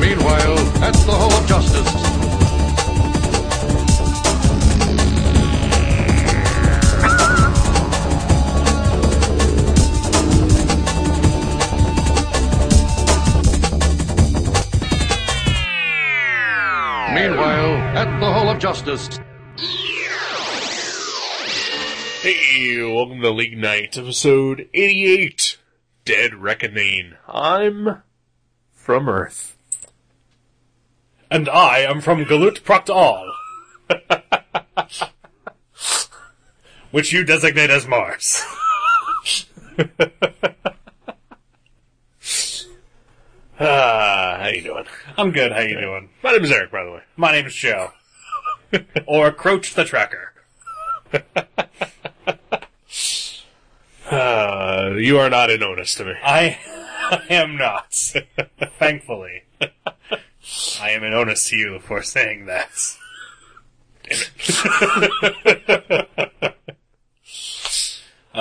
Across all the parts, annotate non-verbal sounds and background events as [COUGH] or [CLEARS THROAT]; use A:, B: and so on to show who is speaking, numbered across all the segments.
A: Meanwhile, at the Hall of Justice. Meanwhile, at the Hall of Justice.
B: Hey, welcome to League Night, episode 88, Dead Reckoning. I'm from Earth. And I am from Galut Praktal. [LAUGHS] Which you designate as Mars. [LAUGHS] ah, how you doing?
C: I'm good. How you doing?
B: My name is Eric, by the way.
C: My name's Joe, or Croach the Tracker.
B: Uh, you are not in onus to me.
C: [LAUGHS] I, I am
B: [LAUGHS]
C: not. Thankfully, I am in onus to you for saying that. Damn it.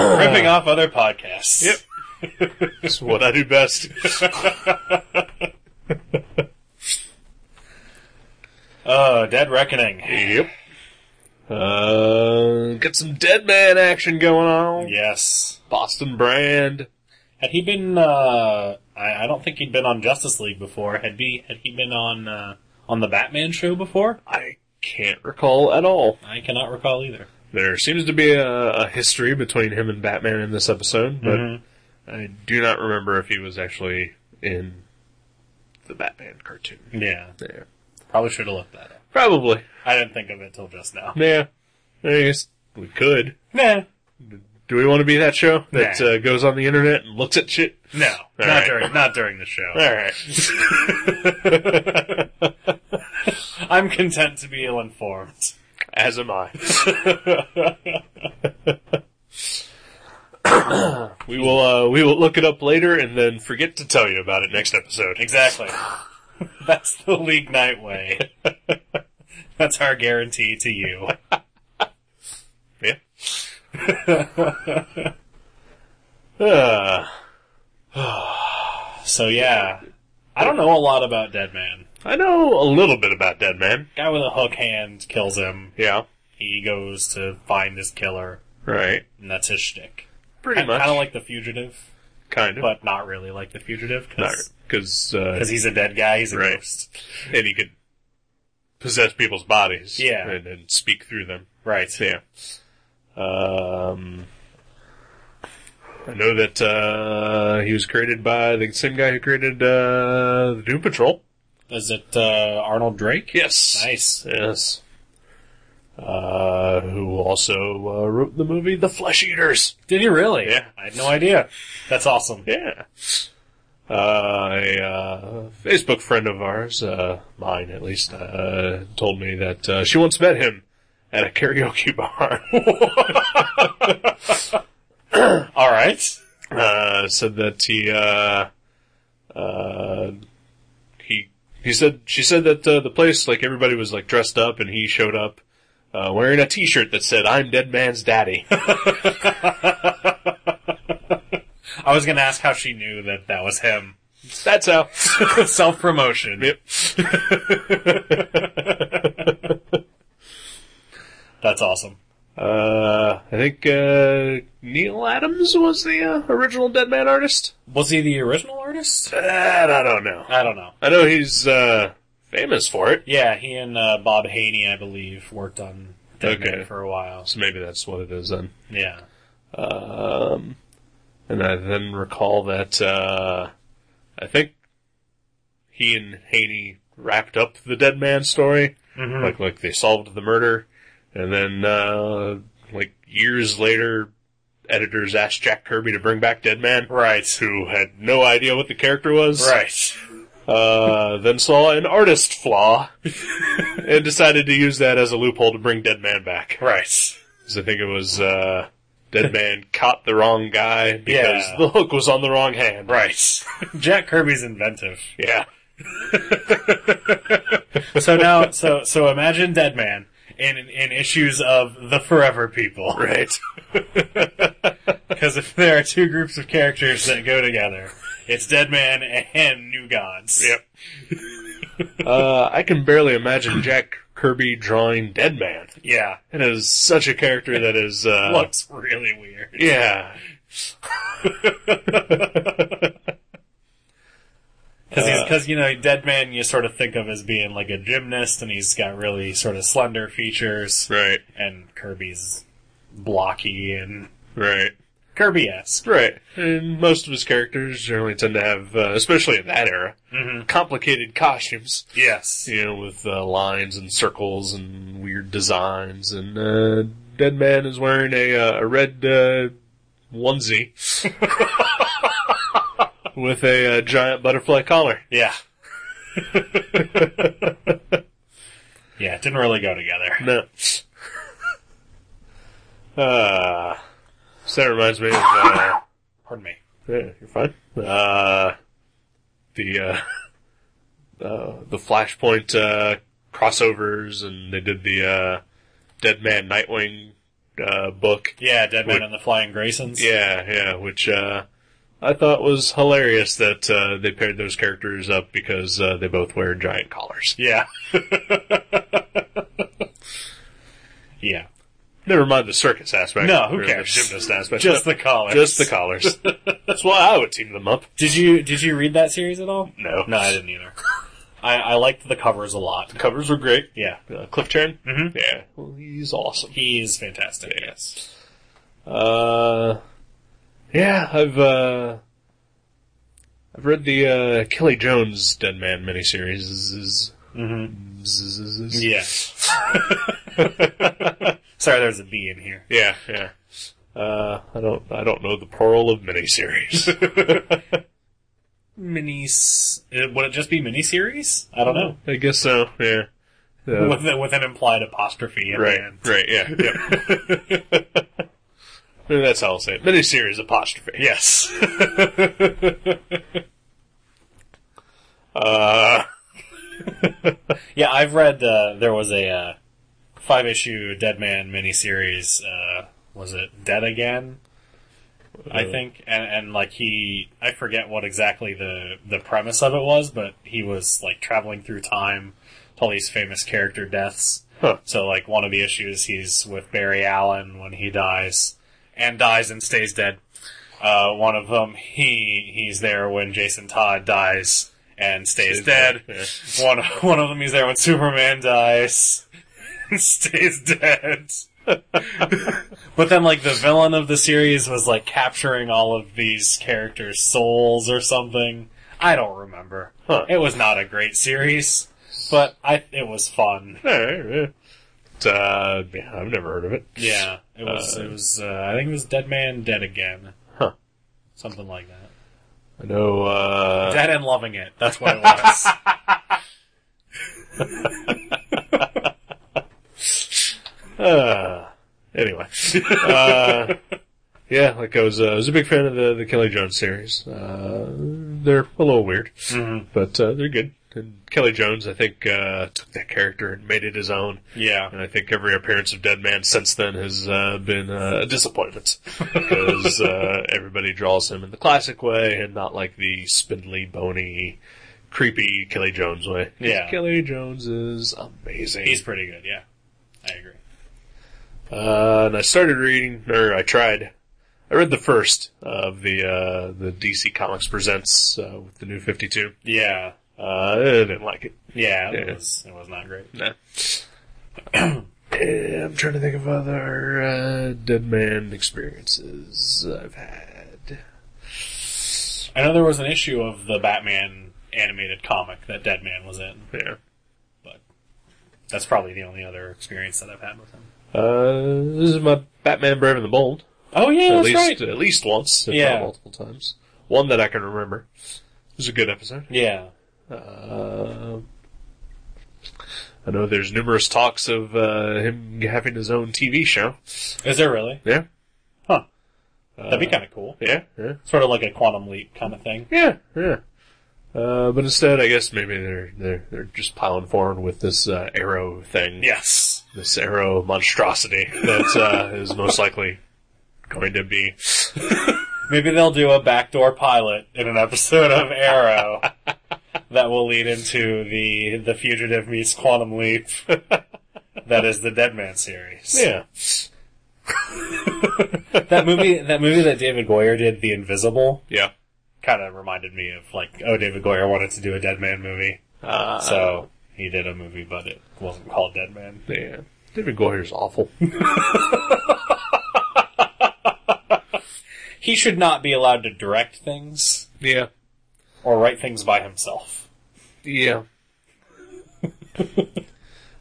C: uh, ripping off other podcasts.
B: [LAUGHS] Yep. It's what I do
C: [LAUGHS]
B: best.
C: Uh, Dead Reckoning.
B: Yep. Uh, got some dead man action going on.
C: Yes.
B: Boston Brand.
C: Had he been? Uh, I, I don't think he'd been on Justice League before. Had be? Had he been on uh, on the Batman show before?
B: I can't recall at all.
C: I cannot recall either.
B: There seems to be a, a history between him and Batman in this episode, but
C: Mhm.
B: I do not remember if he was actually in the Batman cartoon.
C: Yeah.
B: Yeah.
C: Probably should have looked that up.
B: Probably.
C: I didn't think of it till just now.
B: Yeah. I guess we could.
C: [LAUGHS] Nah.
B: Do we want to be that show that
C: Nah.
B: uh, goes on the internet and looks at shit?
C: No, not
B: right.
C: during not during the show.
B: Alright.
C: I'm content to be ill informed.
B: [LAUGHS] As am [LAUGHS] I. [COUGHS] we will uh, we will look it up later and then forget to tell you about it next episode.
C: [LAUGHS] Exactly. That's the league night way. [LAUGHS] That's our guarantee to you.
B: Yeah. [LAUGHS] Uh,
C: So yeah, I don't know a lot about Dead Man.
B: I know a little bit about Dead Man.
C: Guy with a hook hand kills him.
B: Yeah.
C: He goes to find his killer,
B: Right.
C: and that's his shtick.
B: Pretty much.
C: Kind of like the fugitive,
B: kind of.
C: but not really like the fugitive because
B: because uh,
C: he's a dead guy. He's a
B: Right.
C: ghost.
B: and he could possess people's bodies.
C: Yeah.
B: And, and speak through them.
C: Right.
B: Yeah. Um, I know that uh, he was created by the same guy who created uh, the Doom Patrol.
C: Is it uh, Arnold Drake?
B: Yes.
C: Nice.
B: Yes. Uh, who also uh, wrote the movie The Flesh Eaters.
C: Did he really?
B: Yeah.
C: I had no idea. That's awesome.
B: Yeah. Uh, a uh, Facebook friend of ours, uh, mine at least, uh, told me that uh, she once met him at a karaoke [LAUGHS] bar.
C: All right.
B: uh, said that he uh, uh, he he said she said that uh, the place like everybody was like dressed up and he showed up uh, wearing a T-shirt that said "I'm Dead Man's Daddy." [LAUGHS]
C: I was going to ask how she knew that that was him. [LAUGHS]
B: That's how.
C: Self promotion.
B: Yep. [LAUGHS]
C: That's awesome.
B: Uh, I think uh, Neil Adams was the uh, original Dead Man artist.
C: Was he the original artist?
B: That I don't know.
C: I don't know.
B: I know he's uh, famous for it,
C: Yeah, he and uh, Bob Haney, I believe, worked on Dead
B: Okay.
C: Man for a while.
B: so maybe that's what it is then.
C: Yeah.
B: Um, and I then recall that uh, I think he and Haney wrapped up the dead man story, like like they solved the murder, and then uh, like years later, editors asked Jack Kirby to bring back Dead Man,
C: Right.
B: who had no idea what the character was.
C: Right.
B: Uh, then saw an artist [LAUGHS] flaw and decided to use that as a loophole to bring Dead Man back.
C: Right.
B: 'Cause I think it was uh, Dead [LAUGHS] man caught the wrong guy because
C: Yeah.
B: the hook was on the wrong hand.
C: Right. [LAUGHS] Jack Kirby's inventive.
B: Yeah.
C: So now, so so imagine Deadman in in issues of the Forever People,
B: Right. [LAUGHS]
C: because if there are two groups of characters that go together, it's Deadman and New Gods.
B: Yep. uh, I can barely imagine Jack Kirby drawing Dead Man.
C: Yeah,
B: It is such a character that is [LAUGHS] uh,
C: looks really weird.
B: Yeah,
C: Because you know Deadman, you sort of think of as being like a gymnast, and he's got really sort of slender features,
B: right,
C: and Kirby's blocky and
B: right,
C: Kirby-esque.
B: right. And most of his characters generally tend to have, uh, especially in that era, complicated costumes.
C: Yes.
B: You know, with uh, lines and circles and weird designs. And uh, Dead Man is wearing a, uh, a red uh, onesie with a uh, giant butterfly collar.
C: Yeah. [LAUGHS] yeah, it didn't really go together.
B: No. Uh, so that reminds me of. Uh,
C: Pardon me.
B: yeah, you're fine. Uh, the uh, uh, the Flashpoint uh, crossovers, and they did the uh, Dead Man Nightwing uh, book.
C: Yeah, Dead Man
B: Would-
C: and the Flying Graysons.
B: Yeah, yeah, which uh, I thought was hilarious that uh, they paired those characters up because uh, they both wear giant collars.
C: Yeah. yeah.
B: Never mind the circus aspect.
C: No, who
B: or
C: cares?
B: The gymnast aspect.
C: Just the collar.
B: Just the
C: [LAUGHS]
B: collars. That's why I would team them up.
C: Did you did you read that series at all?
B: No.
C: No, I didn't either. [LAUGHS] I, I liked the covers a lot.
B: Covers were great.
C: Yeah.
B: Uh, Cliff Turn.
C: Mhm.
B: Yeah. Well, he's awesome.
C: He's fantastic.
B: Yeah.
C: Yes.
B: Uh, yeah, I've uh, I've read the uh, Kelly Jones Dead Man miniseries. Mm-hmm.
C: Yeah. Sorry, there's a B in here.
B: yeah, yeah. Uh, I don't, I don't know the plural of miniseries.
C: [LAUGHS] Mini. uh, Would it just be miniseries? I don't know.
B: I guess so. Yeah. Uh,
C: With, with an implied apostrophe at
B: right.
C: the end.
B: Right. Yeah. yep. Maybe that's how I'll say it. Miniseries apostrophe.
C: Yes.
B: Uh,
C: [LAUGHS] yeah, I've read uh, there was a uh, five issue Dead Man miniseries. Uh, was it Dead Again? I
B: Uh,
C: think, and, and like he, I forget what exactly the the premise of it was, but he was like traveling through time to all these famous character deaths.
B: [LAUGHS] Huh.
C: So like one of the issues, he's with Barry Allen when he dies, and dies and stays dead. Uh, one of them, he he's there when Jason Todd dies and stays,
B: Stays
C: dead.
B: dead,
C: [LAUGHS] One one of them, he's there when Superman dies [LAUGHS] and stays dead. but then, like the villain of the series was like capturing all of these characters' souls or something. I don't remember.
B: Huh.
C: It was not a great series, but I it was fun.
B: Alright, yeah. But, uh, yeah, I've never heard of it.
C: Yeah, it was.
B: Uh,
C: it was. Uh, I think it was Dead Man, Dead Again,
B: Huh.
C: something like that.
B: I know, uh,
C: Dead and loving it. That's what it
B: [LAUGHS]
C: was.
B: uh, anyway. uh, yeah, like I was, uh, I was a big fan of the, the Kelly Jones series. Uh, they're a little weird, but, uh, they're good. And Kelly Jones, I think, uh, took that character and made it his own.
C: yeah,
B: And I think every appearance of Dead Man since then has uh, been uh, a
C: [LAUGHS]
B: disappointment because uh, everybody draws him in the classic way and not like the spindly, bony, creepy Kelly Jones way. 'Cause
C: Yeah.
B: Kelly Jones is amazing.
C: he's pretty good. Yeah, I agree.
B: Uh, and I started reading, or I tried. I read the first of the uh, the DC Comics presents uh, with the New Fifty Two.
C: Yeah,
B: Uh, I didn't like it.
C: yeah, it
B: Yeah.
C: was. It was not great.
B: No. [CLEARS THROAT] I'm trying to think of other uh, dead man experiences I've had.
C: I know there was an issue of the Batman animated comic that Deadman was in.
B: Yeah.
C: That's probably the only other experience that I've had with him.
B: Uh, this is my Batman Brave and the Bold.
C: Oh yeah,
B: at
C: that's
B: least
C: right.
B: at least once, if
C: Yeah.
B: not multiple times. One that I can remember. It was a good episode.
C: Yeah,
B: Uh, I know there's numerous talks of uh, him having his own TV show.
C: is there really?
B: Yeah.
C: Huh. That'd
B: Uh,
C: be kind of cool.
B: Yeah, yeah,
C: Sort of like a quantum leap kind of thing.
B: yeah, yeah. Uh, but instead, I guess maybe they're they're they're just piling forward with this uh, arrow thing.
C: Yes.
B: this arrow monstrosity that [LAUGHS] uh, is most likely going to be.
C: Maybe they'll do a backdoor pilot in an episode of [LAUGHS] Arrow that will lead into the the Fugitive meets Quantum Leap. [LAUGHS] that is the Dead Man series.
B: Yeah,
C: That movie that movie that David Goyer did, The Invisible,
B: yeah.
C: kind of reminded me of like, oh, David Goyer wanted to do a Dead Man movie,
B: Uh,
C: so he did a movie, but it wasn't called Dead Man.
B: yeah, David Goyer's awful.
C: He should not be allowed to direct things
B: [LAUGHS] yeah,
C: or write things by himself.
B: yeah.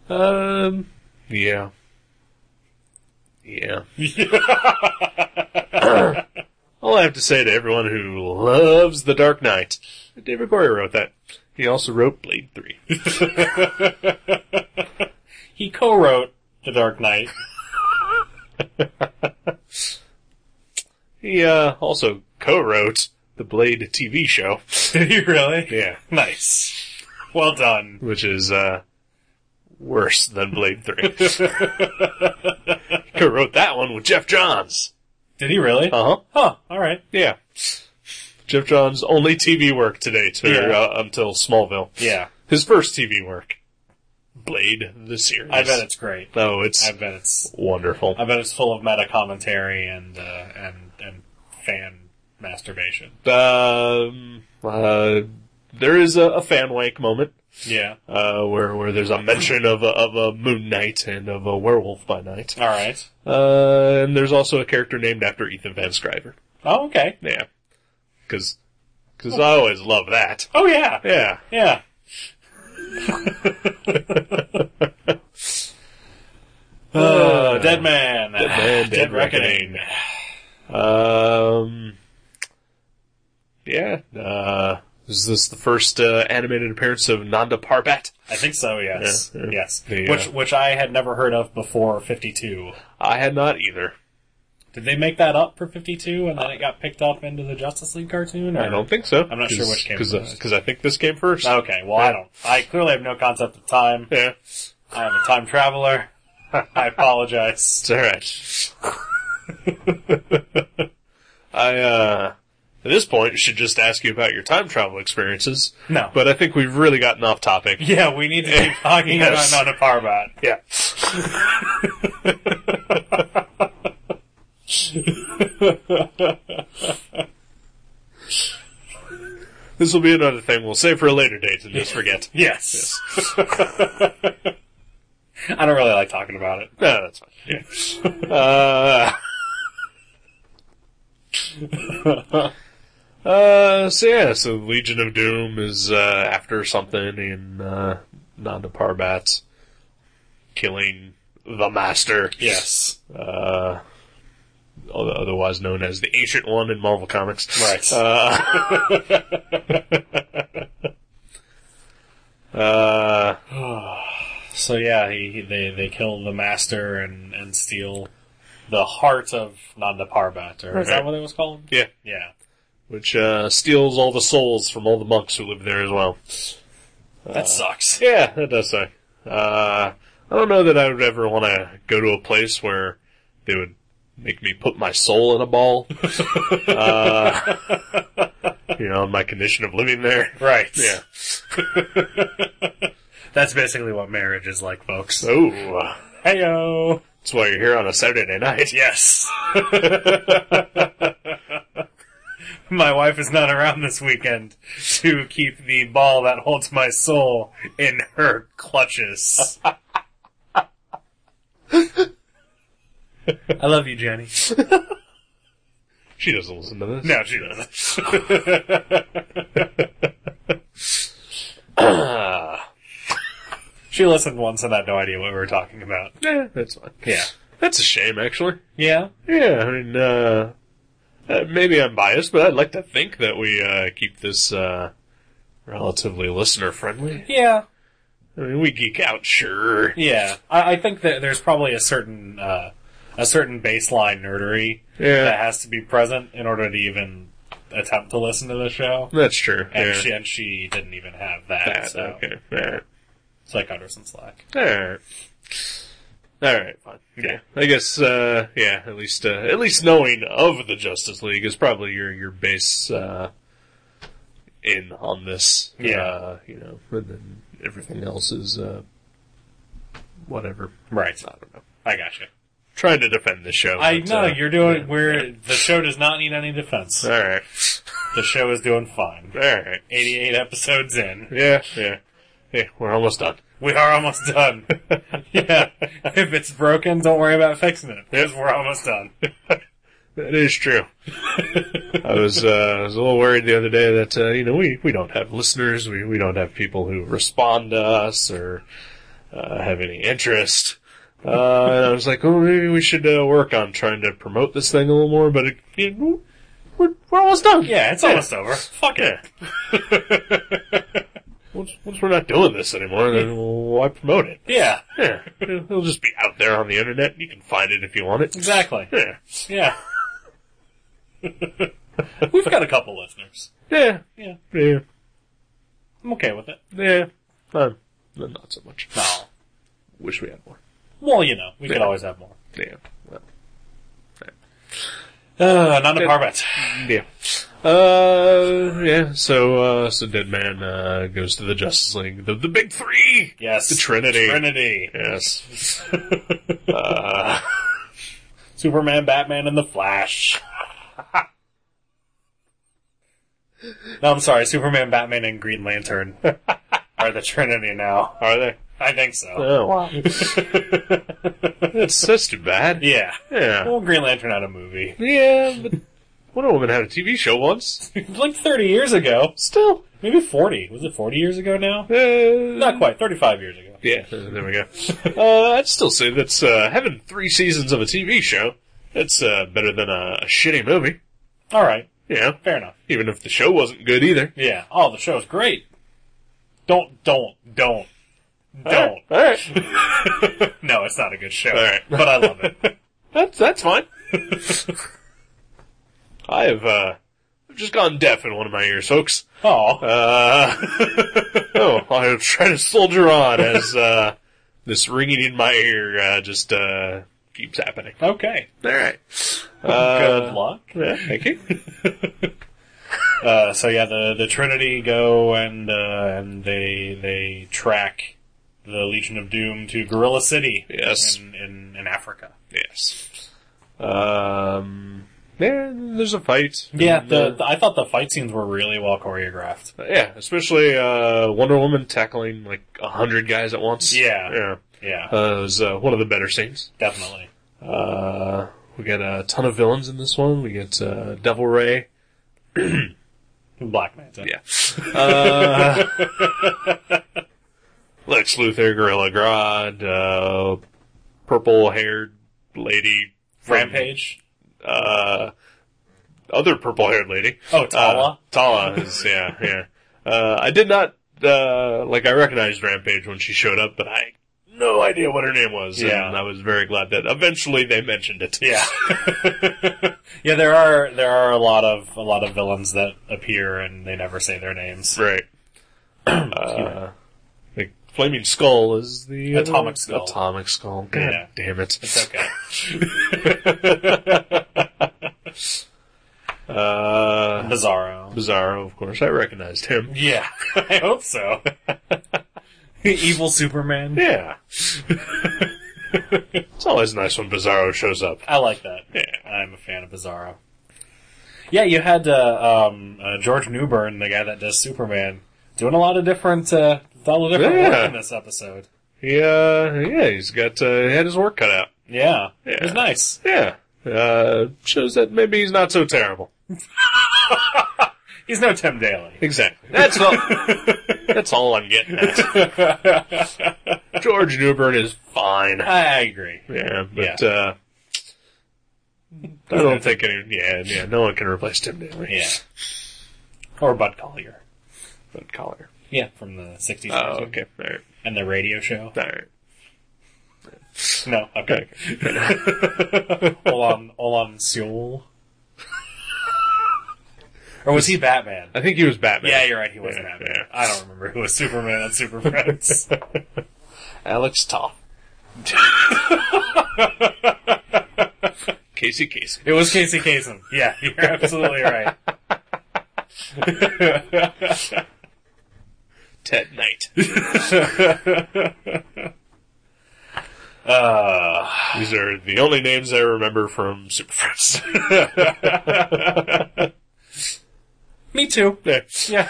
B: um, yeah, yeah. [LAUGHS] All I have to say to everyone who loves The Dark Knight, David Goyer wrote that. He also wrote Blade Three.
C: He co-wrote The Dark Knight.
B: He uh, also co-wrote the Blade TV show.
C: [LAUGHS] Did he really?
B: Yeah.
C: Nice. Well done.
B: which is uh, worse than Blade [LAUGHS] 3. Who wrote that one with Jeff Johns?
C: Did he really?
B: Uh huh.
C: Huh. All right.
B: Yeah. Jeff Johns' only TV work to date, or
C: Yeah.
B: uh, until Smallville.
C: Yeah.
B: His first TV work, Blade the series.
C: I bet it's great.
B: Oh, it's
C: I bet it's
B: wonderful.
C: I bet it's full of meta commentary and uh, and and fan masturbation.
B: Um, uh, there is a, a fan wank moment.
C: Yeah.
B: Uh, where, where there's a mention of a, of a moon knight and of a werewolf by night.
C: All right.
B: Uh, and there's also a character named after Ethan Van Scriver.
C: Oh, okay.
B: Yeah. Cause, cause I always love that.
C: Oh yeah.
B: Yeah.
C: Yeah. [LAUGHS] Uh, Dead Man. Dead
B: Man, [SIGHS] Dead Reckoning. Um, yeah, uh, is this the first, uh, animated appearance of Nanda Parbat?
C: I think so, yes.
B: Yeah, yeah.
C: Yes.
B: The, uh,
C: which which I had never heard of before 52.
B: I had not either.
C: Did they make that up for 52 and then it got picked up into the Justice League cartoon? Or?
B: I don't think so.
C: I'm not sure which came
B: cause,
C: first. Oh.
B: uh, Cause I think this came first.
C: Okay, well, I don't. I clearly have no concept of time.
B: Yeah.
C: I am a time traveler. [LAUGHS] I apologize.
B: It's alright. [LAUGHS] I, uh, at this point should just ask you about your time travel experiences.
C: No.
B: But I think we've really gotten off topic.
C: Yeah, we need to keep
B: [LAUGHS]
C: talking
B: Yes.
C: about Nana Parbat.
B: Yeah. this will be another thing we'll save for a later date and just forget.
C: Yes. [LAUGHS] I don't really like talking about it.
B: No, that's fine. Yeah. Uh, [LAUGHS] uh, so yeah, so Legion of Doom is uh, after something in uh, Nanda Parbat killing the Master. [LAUGHS]
C: Yes.
B: uh, otherwise known as the Ancient One in Marvel Comics.
C: Right.
B: Uh, [LAUGHS] uh,
C: So yeah, he, he- they they kill the master and and steal the heart of Nanda Parbat, or is that
B: Right.
C: what it was called?
B: [LAUGHS] yeah,
C: Yeah.
B: which uh, steals all the souls from all the monks who live there as well. Uh,
C: That sucks. [LAUGHS]
B: Yeah, that does suck. Uh, I don't know that I would ever want to go to a place where they would make me put my soul in a [LAUGHS] ball. uh, you know, in my condition of living there.
C: Right.
B: Yeah.
C: That's basically what marriage is like, folks.
B: Oh.
C: Heyo.
B: That's why you're here on a Saturday night.
C: Yes. [LAUGHS] my wife is not around this weekend to keep the ball that holds my soul in her clutches. I love you, Jenny.
B: She doesn't listen to this.
C: No, she doesn't.
B: [LAUGHS]
C: [LAUGHS] she listened once and had no idea what we were talking about.
B: Yeah, that's fine.
C: Yeah.
B: That's a shame, actually.
C: Yeah?
B: Yeah, I mean, uh, uh, maybe I'm biased, but I'd like to think that we, uh, keep this, uh, relatively listener friendly.
C: Yeah.
B: I mean, we geek out, sure.
C: Yeah, I, I think that there's probably a certain uh, a certain baseline nerdery
B: Yeah.
C: that has to be present in order to even attempt to listen to the show.
B: That's true.
C: And
B: yeah. uh,
C: she and she didn't even have that,
B: That,
C: so
B: Okay. Alright.
C: so I cut her some slack.
B: Alright. Alright, fine. Yeah. I guess, uh, yeah, at least, uh, at least knowing of the Justice League is probably your, your base, uh, in on this.
C: Yeah.
B: Uh, you know, and then everything else is, uh, whatever.
C: Right.
B: I don't know.
C: I gotcha.
B: Trying to defend the show.
C: I
B: but,
C: know
B: uh,
C: you're doing
B: yeah,
C: we're the show does not need any defense.
B: yeah. Alright. [LAUGHS]
C: The show is doing fine. [LAUGHS]
B: Alright.
C: Eighty eight episodes in.
B: Yeah, yeah. Yeah, we're almost done.
C: We are almost
B: [LAUGHS]
C: done. yeah. If it's broken, don't worry about fixing it. Because we're
B: [LAUGHS]
C: almost done.
B: That is true. I was uh, I was a little worried the other day that uh, you know we, we don't have listeners, we, we don't have people who respond to us or uh, have any interest. Uh, and I was like, oh, maybe we should uh, work on trying to promote this thing a little more. But it, it, we're we're almost done.
C: Yeah, it's almost over.
B: Fuck it. [LAUGHS] once, once we're not doing this anymore, then why promote it?
C: Yeah.
B: Yeah, it'll just be out there on the internet. You can find it if you want it.
C: Exactly.
B: Yeah. [LAUGHS]
C: Yeah. We've got a couple listeners.
B: Yeah.
C: Yeah.
B: Yeah.
C: I'm okay with it.
B: Yeah. Um, no, not so much.
C: No.
B: Wish we had more.
C: Well, you know, we could
B: Yeah.
C: always have more.
B: Yeah. Well,
C: Uh, not a
B: Good.
C: parvet.
B: yeah. Uh, yeah. So, uh, so Dead Man, uh, goes to the Justice League. The, the big three!
C: Yes.
B: The Trinity.
C: Trinity.
B: Yes.
C: Superman, Batman, and the Flash. no, I'm sorry. Superman, Batman, and Green Lantern [LAUGHS] are the Trinity now.
B: Are they?
C: I think so.
B: Oh. [LAUGHS] Wow. that's, that's too bad.
C: Yeah.
B: Yeah.
C: Well, Green Lantern had a movie. [LAUGHS]
B: Yeah, but Wonder Woman had a TV show once.
C: like 30 years ago.
B: Still.
C: Maybe 40. Was it 40 years ago now?
B: Uh,
C: Not quite. 35 years ago.
B: Yeah, uh, there we go. Uh, I'd still say that's, uh, having three seasons of a TV show, that's, uh, better than a, a shitty movie.
C: Alright.
B: You know?
C: Fair enough.
B: Even if the show wasn't good either.
C: Yeah. Oh, the show's great. Don't, don't, don't, don't. [LAUGHS]
B: Alright. [LAUGHS]
C: No, it's not a good show.
B: Alright.
C: But I love [LAUGHS] it.
B: That's, that's fine. [LAUGHS] I have, uh, I've just gone deaf in one of my ears, folks.
C: Oh.
B: Uh, [LAUGHS] oh, I'll try to soldier on as, uh, this ringing in my ear, uh, just, uh, keeps happening.
C: Okay.
B: Alright.
C: Good
B: Uh,
C: luck.
B: yeah, thank you. [LAUGHS]
C: Uh, so yeah, the, the Trinity go and, uh, and they, they track the Legion of Doom to Gorilla City.
B: Yes.
C: In, in, in Africa.
B: Yes. Um, yeah, there's a fight.
C: Yeah,
B: And,
C: the,
B: uh,
C: the, I thought the fight scenes were really well choreographed.
B: yeah, especially uh, Wonder Woman tackling like a hundred guys at once.
C: Yeah.
B: yeah,
C: Yeah,
B: uh, it was uh, one of the better scenes.
C: definitely.
B: Uh, we got a ton of villains in this one. We get uh, Devil Ray.
C: Black
B: [LAUGHS]
C: Manta.
B: Yeah. Uh, [LAUGHS] Lex Luthor, Gorilla Grodd, uh, purple-haired lady, from,
C: Rampage.
B: uh, other purple-haired lady.
C: Oh, Tala.
B: Uh, Tala is yeah, yeah. Uh, I did not uh, like I recognized Rampage when she showed up, but I no idea what her name was.
C: Yeah.
B: and I was very glad that eventually they mentioned it.
C: Yeah. [LAUGHS] yeah, there are there are a lot of a lot of villains that appear and they never say their names.
B: right. [CLEARS THROAT] uh, the Flaming Skull is the other-
C: Atomic Skull.
B: Atomic Skull. God
C: Yeah.
B: damn it.
C: It's okay.
B: [LAUGHS] Uh,
C: Bizarro.
B: Bizarro, of course. I recognized him.
C: Yeah, [LAUGHS] I hope so. [LAUGHS] Evil Superman.
B: Yeah. [LAUGHS] it's always nice when Bizarro shows up.
C: I like that.
B: Yeah.
C: I'm a fan of Bizarro. Yeah, you had uh, um, uh, George Newbern, the guy that does Superman, doing a lot of different, uh, a lot of different
B: Yeah.
C: work in this episode.
B: He, uh, yeah, he's got, uh, he had his work cut out.
C: Yeah, it was
B: Yeah.
C: nice.
B: Yeah. Uh, shows that maybe he's not so terrible.
C: He's no Tim Daly.
B: Exactly. That's [LAUGHS] all, that's all I'm getting at. [LAUGHS] George Newbern is fine.
C: I agree.
B: Yeah, but,
C: Yeah.
B: uh, I don't [LAUGHS] think any, yeah, yeah, no one can replace Tim Daly.
C: Yeah, or Bud Collier.
B: But Collier.
C: Yeah, from the '60s.
B: Oh,
C: version.
B: okay. Alright.
C: And the radio show.
B: Alright.
C: No, okay. Olan
B: [LAUGHS]
C: Olan Seoul. Or was he Batman?
B: [LAUGHS] I think he was Batman.
C: Yeah, you're right. He was
B: Yeah,
C: Batman.
B: yeah.
C: I don't remember who was Superman on Super
B: [LAUGHS]
C: Friends. Alex Toff.
B: Casey Casey.
C: It was Casey Kasem. Yeah, you're
B: [LAUGHS]
C: absolutely right.
B: Ted
C: [LAUGHS]
B: Knight.
C: Ah.
B: These are the only names I remember from Super
C: [LAUGHS]
B: Friends.
C: Me too. Yeah.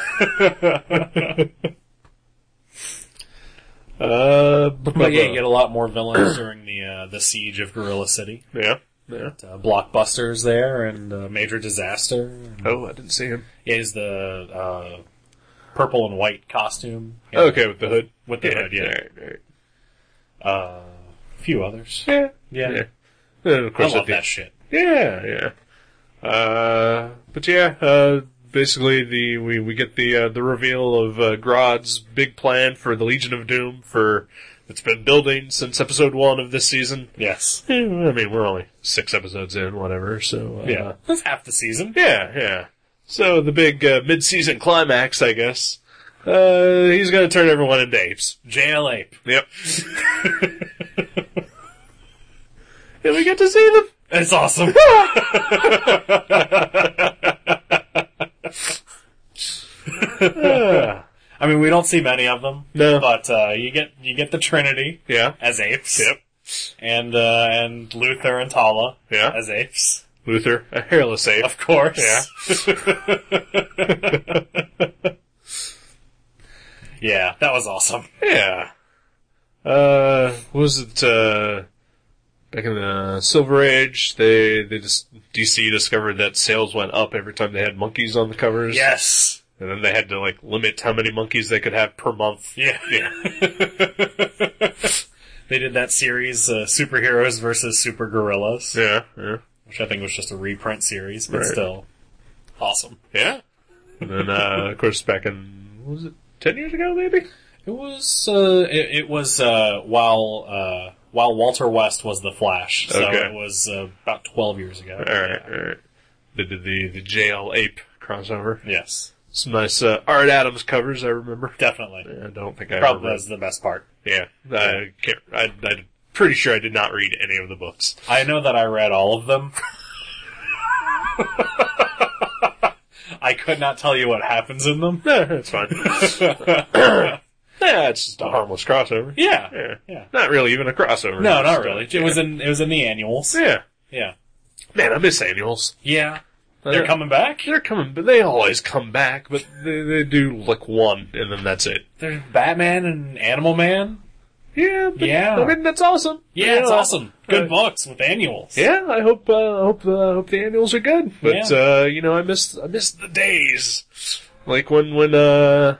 B: uh,
C: But yeah, you get a lot more villains [CLEARS THROAT] during the uh, the siege of Gorilla City.
B: yeah, yeah.
C: Uh, blockbusters there and uh, major disaster.
B: Oh, I didn't see him.
C: He has the uh, purple and white costume.
B: Okay, with the hood.
C: With the hood, yeah.
B: All right, all right.
C: A few others.
B: Yeah,
C: Yeah.
B: yeah. And of
C: I
B: course, at
C: love
B: the-
C: that shit.
B: Yeah, yeah. Uh, but yeah, uh, basically the we, we get the uh, the reveal of uh, Grodd's big plan for the Legion of Doom for it's been building since episode one of this season.
C: Yes.
B: Eh, I mean, we're only six episodes in, whatever. So uh,
C: Yeah. That's half the season.
B: yeah, yeah. So the big uh, mid season climax, I guess. Uh, he's gonna turn everyone into apes.
C: JL Ape.
B: Yep. [LAUGHS] and we get to see them.
C: It's awesome. [LAUGHS] I mean, we don't see many of them.
B: No.
C: But uh, you get you get the Trinity
B: Yeah.
C: as apes.
B: Yep.
C: And uh, and Luther and Tala
B: Yeah.
C: as apes,
B: Luther, a hairless ape.
C: of course.
B: Yeah.
C: [LAUGHS] Yeah, that was awesome.
B: Yeah. Uh, what was it, uh, back in the Silver Age, they, they just, DC discovered that sales went up every time they had monkeys on the covers.
C: Yes.
B: And then they had to, like, limit how many monkeys they could have per month.
C: Yeah. they did that series, uh, superheroes versus super gorillas,
B: Yeah, yeah.
C: which I think was just a reprint series, but
B: Right.
C: still awesome.
B: Yeah. And then, uh, of course, back in, what was it, 10 years ago, maybe?
C: It was uh, it, it was uh, while uh, while Walter West was the Flash, so
B: Okay.
C: it was uh, about twelve years ago.
B: Alright, alright. They did the, the JL Ape crossover.
C: Yes,
B: Some nice, uh, Art Adams covers, I remember.
C: definitely.
B: I don't think I
C: Probably
B: ever read
C: that's the best part.
B: Yeah, I can't. I, I'm pretty sure I did not read any of the books.
C: I know that I read all of them. [LAUGHS] I could not tell you what happens in them.
B: No, that's fine. [LAUGHS] yeah, it's just a harmless crossover.
C: Yeah,
B: Yeah.
C: yeah.
B: Not really even a crossover.
C: No,
B: It's
C: not
B: just a-
C: really.
B: yeah.
C: It was in it was in the annuals.
B: Yeah,
C: Yeah,
B: man, I miss annuals.
C: yeah. They're coming back.
B: They're coming, but they always come back. But they, they do like one, and then that's it.
C: There's Batman and Animal Man.
B: Yeah, but,
C: Yeah.
B: I mean, that's awesome.
C: Yeah, it's
B: You know,
C: awesome. Good
B: uh,
C: books with annuals.
B: Yeah, I hope uh, I hope uh, I hope the annuals are good. But
C: Yeah.
B: uh, you know, I miss I miss the days like when when uh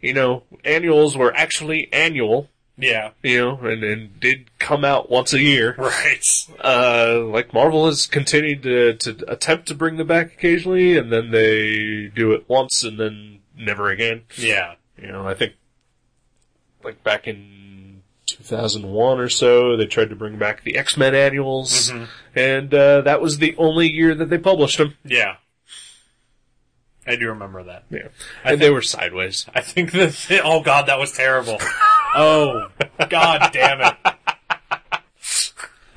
B: you know annuals were actually annual,
C: Yeah. [LAUGHS]
B: you know, and and did come out once a year.
C: Right.
B: Uh, like Marvel has continued to to attempt to bring them back occasionally, and then they do it once and then never again.
C: Yeah.
B: You know, I think like back in 2001 or so, they tried to bring back the X-Men annuals,
C: Mm-hmm.
B: and uh, that was the only year that they published them.
C: Yeah. I do remember that.
B: Yeah. And they were sideways.
C: I think the thi- oh god, that [LAUGHS]
B: [LAUGHS]
C: was terrible. oh god damn it.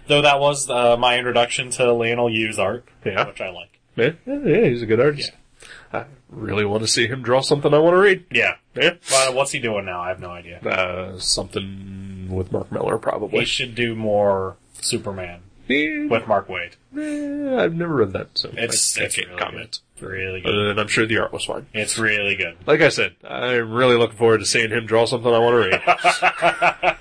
C: Though that was uh, my introduction to Lionel Yu's art,
B: Yeah.
C: which I like.
B: Yeah, yeah, yeah, he's a good artist. I really want to see him draw something I want to read.
C: Yeah.
B: Yeah.
C: But what's he doing now? I have no idea.
B: Uh, something with Mark Miller,
C: He
B: probably.
C: should do more Superman
B: Yeah,
C: with Mark Wade.
B: eh, I've never read that, so
C: It's
B: I, I
C: it's
B: can't
C: really
B: comment. Uh,
C: Good. Really good.
B: Other than I'm sure the art was fine.
C: It's really good.
B: Like I said, I'm really looking forward to seeing him draw something I want to read.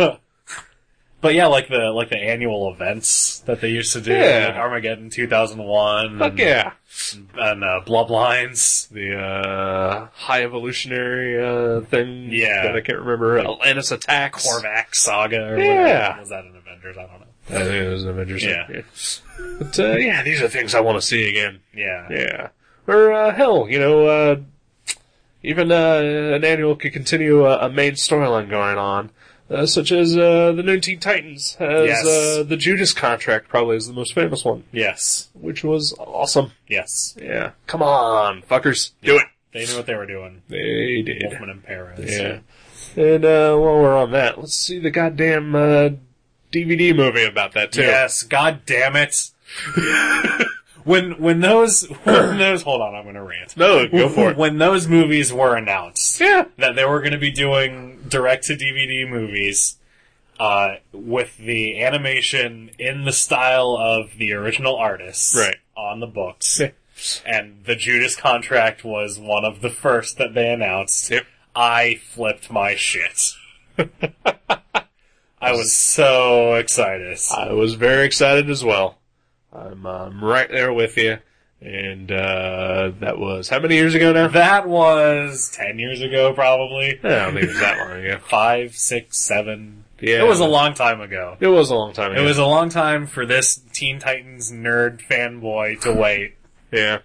C: But yeah, like the like the annual events that they used to do,
B: Yeah.
C: like Armageddon 2001,
B: Fuck yeah.
C: and uh, Bloodlines.
B: Um, the uh, high evolutionary uh, thing.
C: Yeah.
B: that I can't remember. Atlantis attacks.
C: Korvac saga or
B: Yeah.
C: whatever. Was that an Avengers? I don't know.
B: I think it was an Avengers.
C: Yeah.
B: But uh, yeah, these are things I want to see again.
C: Yeah.
B: Yeah, or uh, hell, you know, uh, Even uh, an annual could continue a, a main storyline going on, uh, such as uh, the New Teen Titans has
C: Yes.
B: uh, the Judas contract, probably is the most famous one,
C: Yes.
B: which was awesome.
C: Yes.
B: Yeah, come on, fuckers, do it.
C: They knew what they were doing.
B: They did.
C: Wolfman in Paris.
B: Yeah. And uh, while we're on that, let's see the goddamn uh, DVD movie about that too.
C: Yes, god damn it. [LAUGHS] when when those [LAUGHS] when those hold on, I'm gonna rant.
B: No, go for it.
C: When those movies were announced
B: Yeah.
C: that they were gonna be doing direct to DVD movies uh, with the animation in the style of the original artists
B: Right.
C: on the books. and the Judas contract was one of the first that they announced.
B: Yep.
C: I flipped
B: [LAUGHS]
C: my shit. I was so excited.
B: I was very excited as well. I'm um, right there with you. And uh, that was how many years ago now?
C: That was ten years ago, probably
B: I don't think it was that long ago.
C: five, six, seven.
B: Yeah.
C: It was a long time ago.
B: It was a long time ago.
C: It was a long time for this Teen Titans nerd fanboy to wait
B: yeah.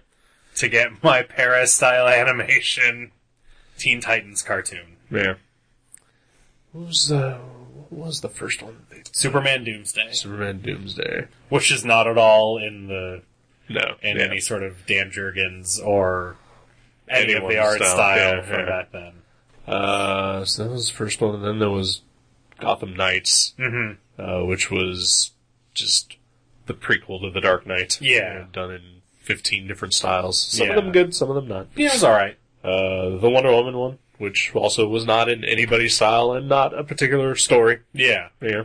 C: to get my Paris style animation Teen Titans cartoon.
B: Yeah. What was the what was the first one?
C: Superman Doomsday,
B: Superman Doomsday.
C: which is not at all in the
B: No.
C: in
B: yeah.
C: any sort of Dan Jurgens or any of the
B: Anyone's
C: art
B: style,
C: style,
B: yeah,
C: from
B: yeah.
C: back then.
B: Uh, so that was the first one, and then there was Gotham Knights,
C: Mhm.
B: uh, which was just the prequel to The Dark Knight.
C: Yeah.
B: Uh, done in 15 different styles. Some
C: Yeah.
B: of them good, some of them not.
C: Yeah, it was alright.
B: Uh, the Wonder Woman one, which also was not in anybody's style and not a particular story.
C: Yeah.
B: Yeah.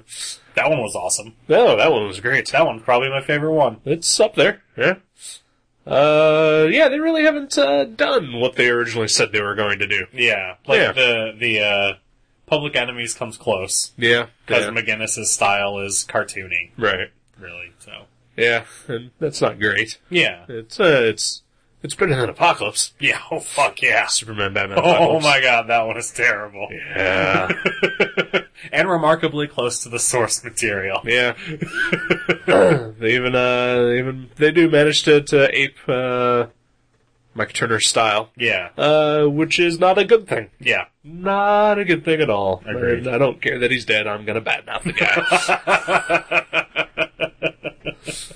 C: That one was awesome.
B: No, that one was great.
C: That one's probably my favorite one.
B: It's up there. Yeah. Uh, yeah, they really haven't, uh, done what they originally said they were going to do.
C: Yeah. Like
B: Yeah.
C: the the uh Public Enemies comes close.
B: Yeah.
C: Because McGinnis's style is cartoony,
B: Right.
C: really, so
B: Yeah. And that's not great.
C: Yeah.
B: It's uh, it's it's better than Apocalypse. Ah,
C: Yeah, oh fuck
B: [LAUGHS]
C: yeah.
B: Superman, Batman.
C: Oh
B: Apocalypse.
C: my god, that one is terrible.
B: Yeah,
C: [LAUGHS] And remarkably close to the source material.
B: [LAUGHS] yeah. [CLEARS THROAT] they even uh, they even they do manage to to ape uh, Mike Turner's style,
C: Yeah.
B: uh, which is not a good thing.
C: Yeah.
B: Not a good thing at all.
C: Agreed.
B: I, I don't care that he's dead. I'm gonna badmouth the
C: [LAUGHS]
B: guy. [LAUGHS]
C: He's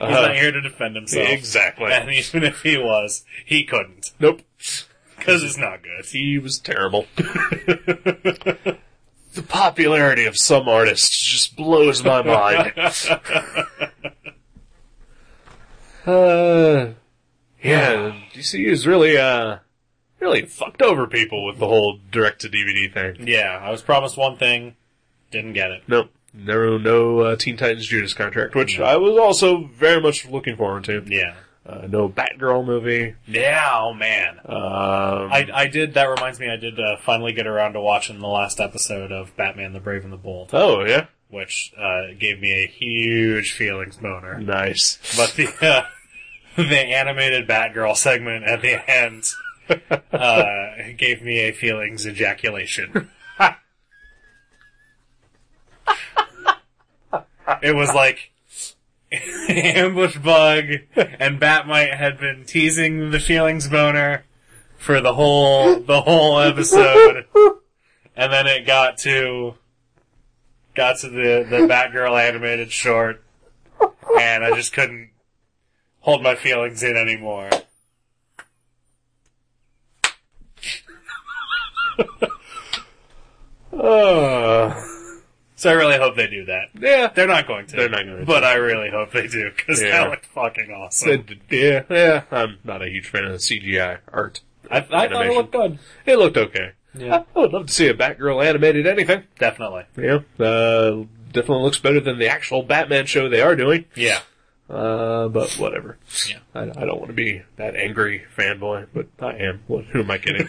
C: not here to defend himself.
B: Uh-huh. exactly.
C: And even if he was, he couldn't.
B: Nope.
C: Because it's not good. [LAUGHS]
B: He was terrible. [LAUGHS] the popularity of some artists just blows my mind. uh, yeah, DC is really, uh, really fucked over people with the whole direct to DVD thing.
C: Yeah, I was promised one thing, didn't get it.
B: Nope. No, no uh, Teen Titans Judas contract, which I was also very much looking forward to.
C: Yeah.
B: Uh, no Batgirl movie.
C: Yeah, oh man.
B: Um,
C: I, I did, that reminds me, I did uh, finally get around to watching the last episode of Batman the Brave and the Bold,
B: oh yeah,
C: which uh, gave me a huge feelings boner.
B: nice.
C: But the, uh, the animated Batgirl segment at the end uh, gave me a feelings ejaculation. [LAUGHS] it was like [LAUGHS] ambush bug and Batmite had been teasing the feelings boner for the whole the whole episode, and then it got to got to the the Batgirl animated short, and I just couldn't hold my feelings in anymore.
B: Uh,
C: So I really hope they do that.
B: yeah,
C: They're not going to.
B: They're not going to.
C: But I really hope they do because
B: Yeah.
C: that looked fucking awesome.
B: It- yeah, yeah. I'm not a huge fan of the CGI art.
C: I, I thought it
B: animation.
C: looked good.
B: It looked okay.
C: Yeah.
B: I would love to see a Batgirl animated anything.
C: Definitely.
B: Yeah, uh, definitely looks better than the actual Batman show they are doing.
C: Yeah.
B: Uh, but whatever.
C: Yeah.
B: I, I don't want to be that angry fanboy, but I am. What, who am I
C: [LAUGHS]
B: kidding?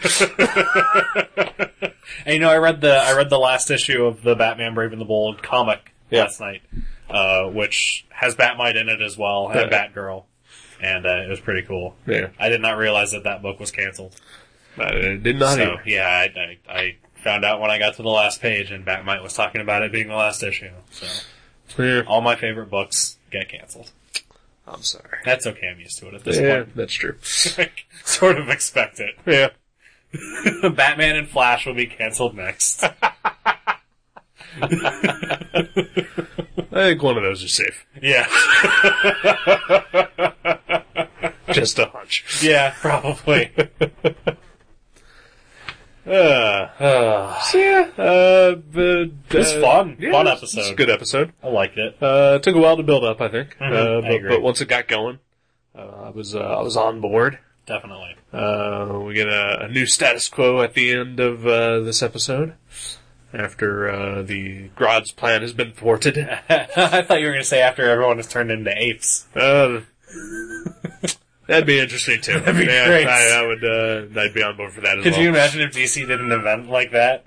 C: And you know, I read the I read the last issue of the Batman Brave and the Bold comic
B: Yeah.
C: last night, uh, which has Batmite in it as well and
B: Yeah.
C: Batgirl, and uh, it was pretty cool.
B: yeah,
C: I did not realize that that book was canceled.
B: I did not.
C: So
B: either.
C: yeah, I, I, I found out when I got to the last page, and Batmite was talking about it being the last issue. So
B: Yeah,
C: all my favorite books get canceled.
B: I'm sorry.
C: That's okay. I'm used to it at this
B: Yeah,
C: point. [LAUGHS]
B: that's true.
C: sort of expect it. [LAUGHS]
B: Yeah.
C: Batman and Flash will be canceled next. [LAUGHS]
B: I think one of those is
C: [LAUGHS]
B: safe.
C: yeah,
B: Just a hunch.
C: yeah, probably.
B: Uh,
C: Uh,
B: so yeah, uh, but, uh,
C: was fun.
B: yeah,
C: Fun
B: it was- it was
C: episode.
B: a good episode.
C: I liked it.
B: Uh, it took a while to build up, I think, uh,
C: Mm-hmm. I
B: but,
C: agree.
B: but once it got going, uh, I was uh, I was on board.
C: Definitely. [LAUGHS]
B: Uh, we get a, a new status quo at the end of uh, this episode after uh, the Grodd's plan has been
C: [LAUGHS]
B: thwarted.
C: I thought you were going to say after everyone is turned into apes.
B: Uh, that'd be interesting too. That'd
C: be great.
B: I, I would. Uh, I'd be on board for that as
C: Could
B: well.
C: you imagine if DC did an event like that,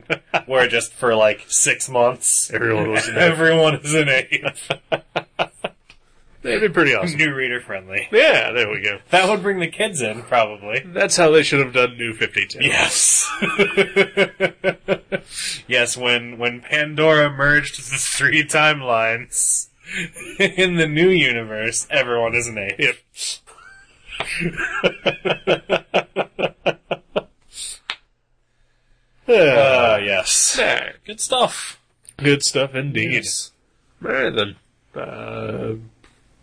C: [LAUGHS] where just for like six [LAUGHS] months,
B: Everyone was.
C: everyone is an ape? [LAUGHS]
B: That'd be pretty awesome.
C: New reader friendly.
B: Yeah, there we go.
C: That would bring the kids in, probably.
B: That's how they should have done New Fifty Two.
C: Yes. [LAUGHS] yes, when when Pandora merged the three timelines [LAUGHS] in the new universe, everyone is an ape.
B: Yep.
C: Uh,
B: Yeah.
C: yes.
B: Yeah,
C: Good stuff.
B: Good stuff indeed.
C: Yes.
B: All right then. Uh,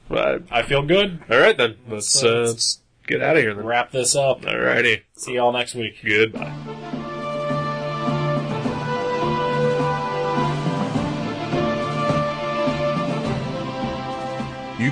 B: well,
C: I feel good.
B: all right then. Let's uh,
C: let's-
B: let's get out of here then.
C: Wrap this up.
B: Alrighty.
C: See y'all next week.
B: Goodbye.
D: You